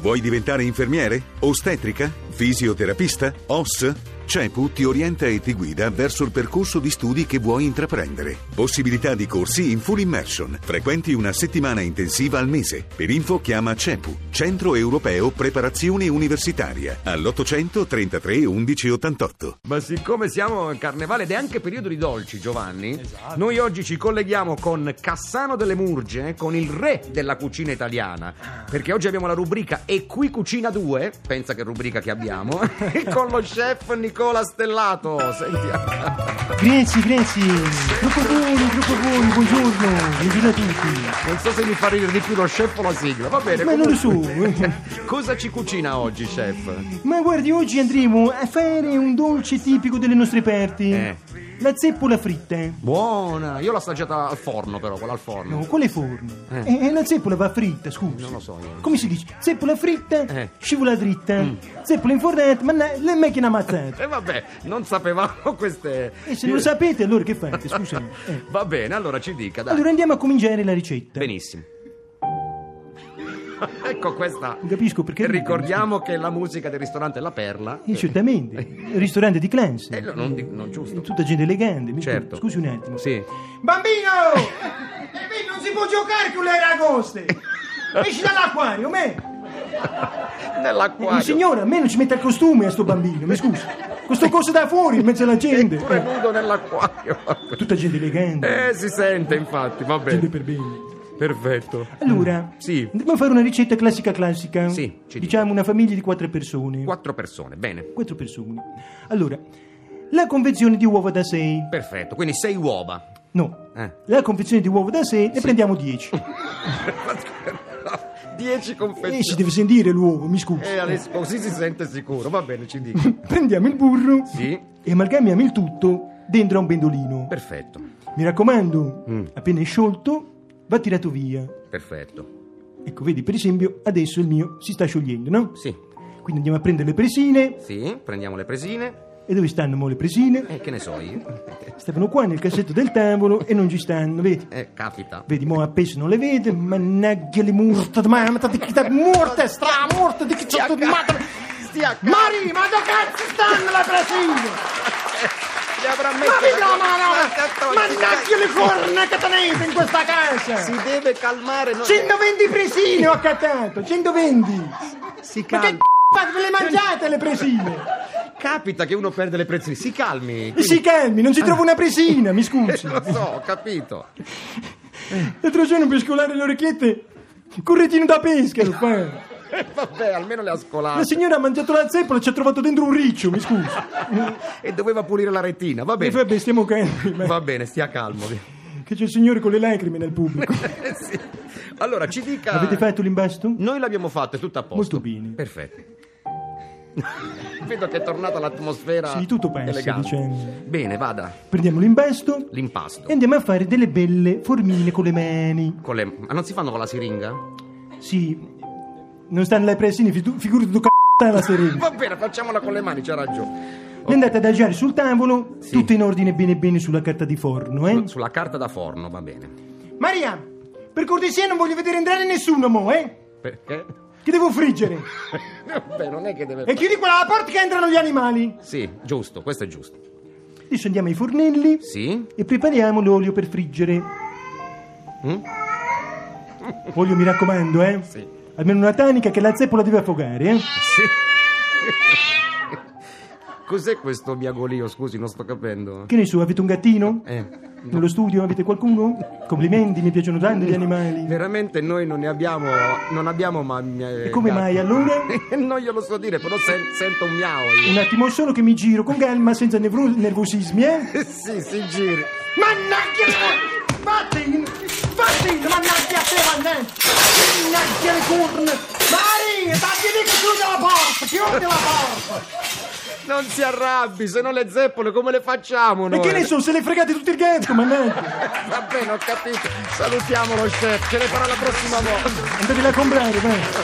Vuoi diventare infermiere? Ostetrica? Fisioterapista? OS? CEPU ti orienta e ti guida verso il percorso di studi che vuoi intraprendere. Possibilità di corsi in full immersion. Frequenti una settimana intensiva al mese. Per info chiama CEPU, Centro Europeo Preparazione Universitaria, all'800 33 11 88. Ma siccome siamo in carnevale ed è anche periodo di dolci, Giovanni, Esatto. noi oggi ci colleghiamo con Cassano delle Murge, eh, con il re della cucina Ah. italiana, perché oggi abbiamo la rubrica E qui cucina 2, pensa che rubrica che abbiamo, e con lo chef Nicola Stellato. Sentiamo. Grazie, grazie. Troppo buoni, troppo buoni. Buongiorno, buongiorno a tutti. Non so se mi fa ridere di più lo chef o la sigla, va bene. Ma non lo comunque. Cosa ci cucina oggi, chef? Ma guardi, oggi andremo a fare un dolce tipico delle nostre parti. Eh. La zeppola fritta. eh. Buona, io l'ho assaggiata al forno però, quella al forno. No, quale forno? Eh, la zeppola va fritta, scusa. Non lo so io. Come si dice? Zeppola fritta, Eh. Mm. scivola dritta. Zeppola infornata, ma na- la macchina ammazzata. E vabbè, non sapevamo queste... E se non lo sapete, allora che fate? Scusami. Eh. Va bene, allora ci dica, dai. Allora andiamo a cominciare la ricetta. Benissimo. ecco questa. Non capisco perché. E ricordiamo che la musica del ristorante La Perla. Eh, certamente. Il ristorante di Clancy. Eh, no, non, di- non giusto. Tutta gente elegante. mi Certo. scusi un attimo. Sì. Bambino! E qui non si può giocare con le ragoste! Esci dall'acquario, me! Nell'acquario. Signora, a me non ci mette il costume a sto bambino, mi scusi. Questo coso da fuori in mezzo alla Eh, Pure gente. nudo nell'acquario. Tutta gente elegante, Eh, si sente infatti, va gente bene. per bene. Perfetto. Allora, Mm, Sì. andiamo a fare una ricetta classica classica. Sì, ci dica. diciamo una famiglia di quattro persone. Quattro persone, bene. Quattro persone. Allora, la confezione di uova da 6. Perfetto, quindi sei uova. No. Eh. La confezione di uova da 6 ne prendiamo 10. Dieci E Eh, si confezioni. deve sentire l'uovo, mi scusi. Eh, adesso così si sente sicuro, va bene, ci dica. Prendiamo il burro Sì. e amalgamiamo il tutto dentro a un pendolino. Perfetto, Mi raccomando, Mm. appena è sciolto va tirato via. perfetto. Ecco, vedi, per esempio, adesso il mio si sta sciogliendo, no? Sì, Quindi andiamo a prendere le presine. sì, prendiamo le presine. E dove stanno mo le presine? E che ne so io? Stavano qua nel cassetto del tavolo e non ci stanno, vedi? Eh, capita. Vedi, mo appeso non le vede, mannaggia le morte, mamma, di chi sta morte, stra, morte, di chi sta Stia ma calmo, stia calmo. Mari, ma dove cazzo stanno le presine? Gli avrà messo Ma vi la- la mano! Attogli, Mannaggia le corna che tenete in questa casa! dai. Si deve calmare, Eh, non 120 presine ho accattato, 120! si Ma che calmi. c***o fate? Ve le mangiate le presine? Capita che uno perde le presine, si calmi. Eh, E si calmi, non si trova una presina, mi scusi. Lo so, ho capito. L'altro giorno per scolare le orecchiette, un retino da pesca lo fa. Eh, Vabbè, almeno le ha La scolate. signora ha mangiato la zeppola e ci ha trovato dentro un riccio, mi scusi. E doveva pulire la retina, va E bene. vabbè, stiamo calmi, ma Va bene, stia calmo. che c'è il signore con le lacrime nel pubblico. Eh, sì. Allora, ci dica... Avete fatto l'imbasto? Noi l'abbiamo fatto, è tutto a posto. Molto bene. Perfetto. Vedo che è tornata l'atmosfera Sì, tutto passa, elegante. diciamo. Bene, vada. Prendiamo l'imbasto L'impasto. e andiamo a fare delle belle formine con le mani. Con le- Ma non si fanno con la siringa? Sì, non stanno le presine, fidu- figurati tu c***a la serena. Va bene, facciamola con le mani, c'ha ragione. Le andate ad adagiare sul tavolo, Sì. tutto in ordine bene bene sulla carta di forno, eh? Sulla carta da forno, va bene. Maria, per cortesia non voglio vedere entrare nessuno, mo, eh? Perché? Che devo friggere. Vabbè, non è che deve... E chiudi quella porta che entrano gli animali. Sì, giusto, questo è giusto. Adesso andiamo ai fornelli Sì? e prepariamo l'olio per friggere. Mm? Olio, mi raccomando, eh? Sì. Almeno una tanica che la zeppola deve affogare, eh? Sì. Cos'è questo miagolio? Scusi, non sto capendo. Che ne so, avete un gattino? Eh, Nello studio avete qualcuno? Complimenti, mi piacciono tanto gli animali. veramente noi non ne abbiamo... Non abbiamo ma... E come mai allora? non glielo so dire, però sen- sento un miau Un io. attimo solo che mi giro con calma, senza nevro- nervosismi, eh? sì, si giri. Mannaggia! Vattene! Vattene, mannaggia a te, mannaggia! Mannaggia le corna! Mari, datti lì che chiude la porta! Chiudi la porta! Non si arrabbi, se no le zeppole come le facciamo E noi? che ne so, se le fregate tutto il gatto, mannaggia! Va bene, ho capito. Salutiamo lo chef, ce ne farà la prossima volta. Andatela a comprare, vai!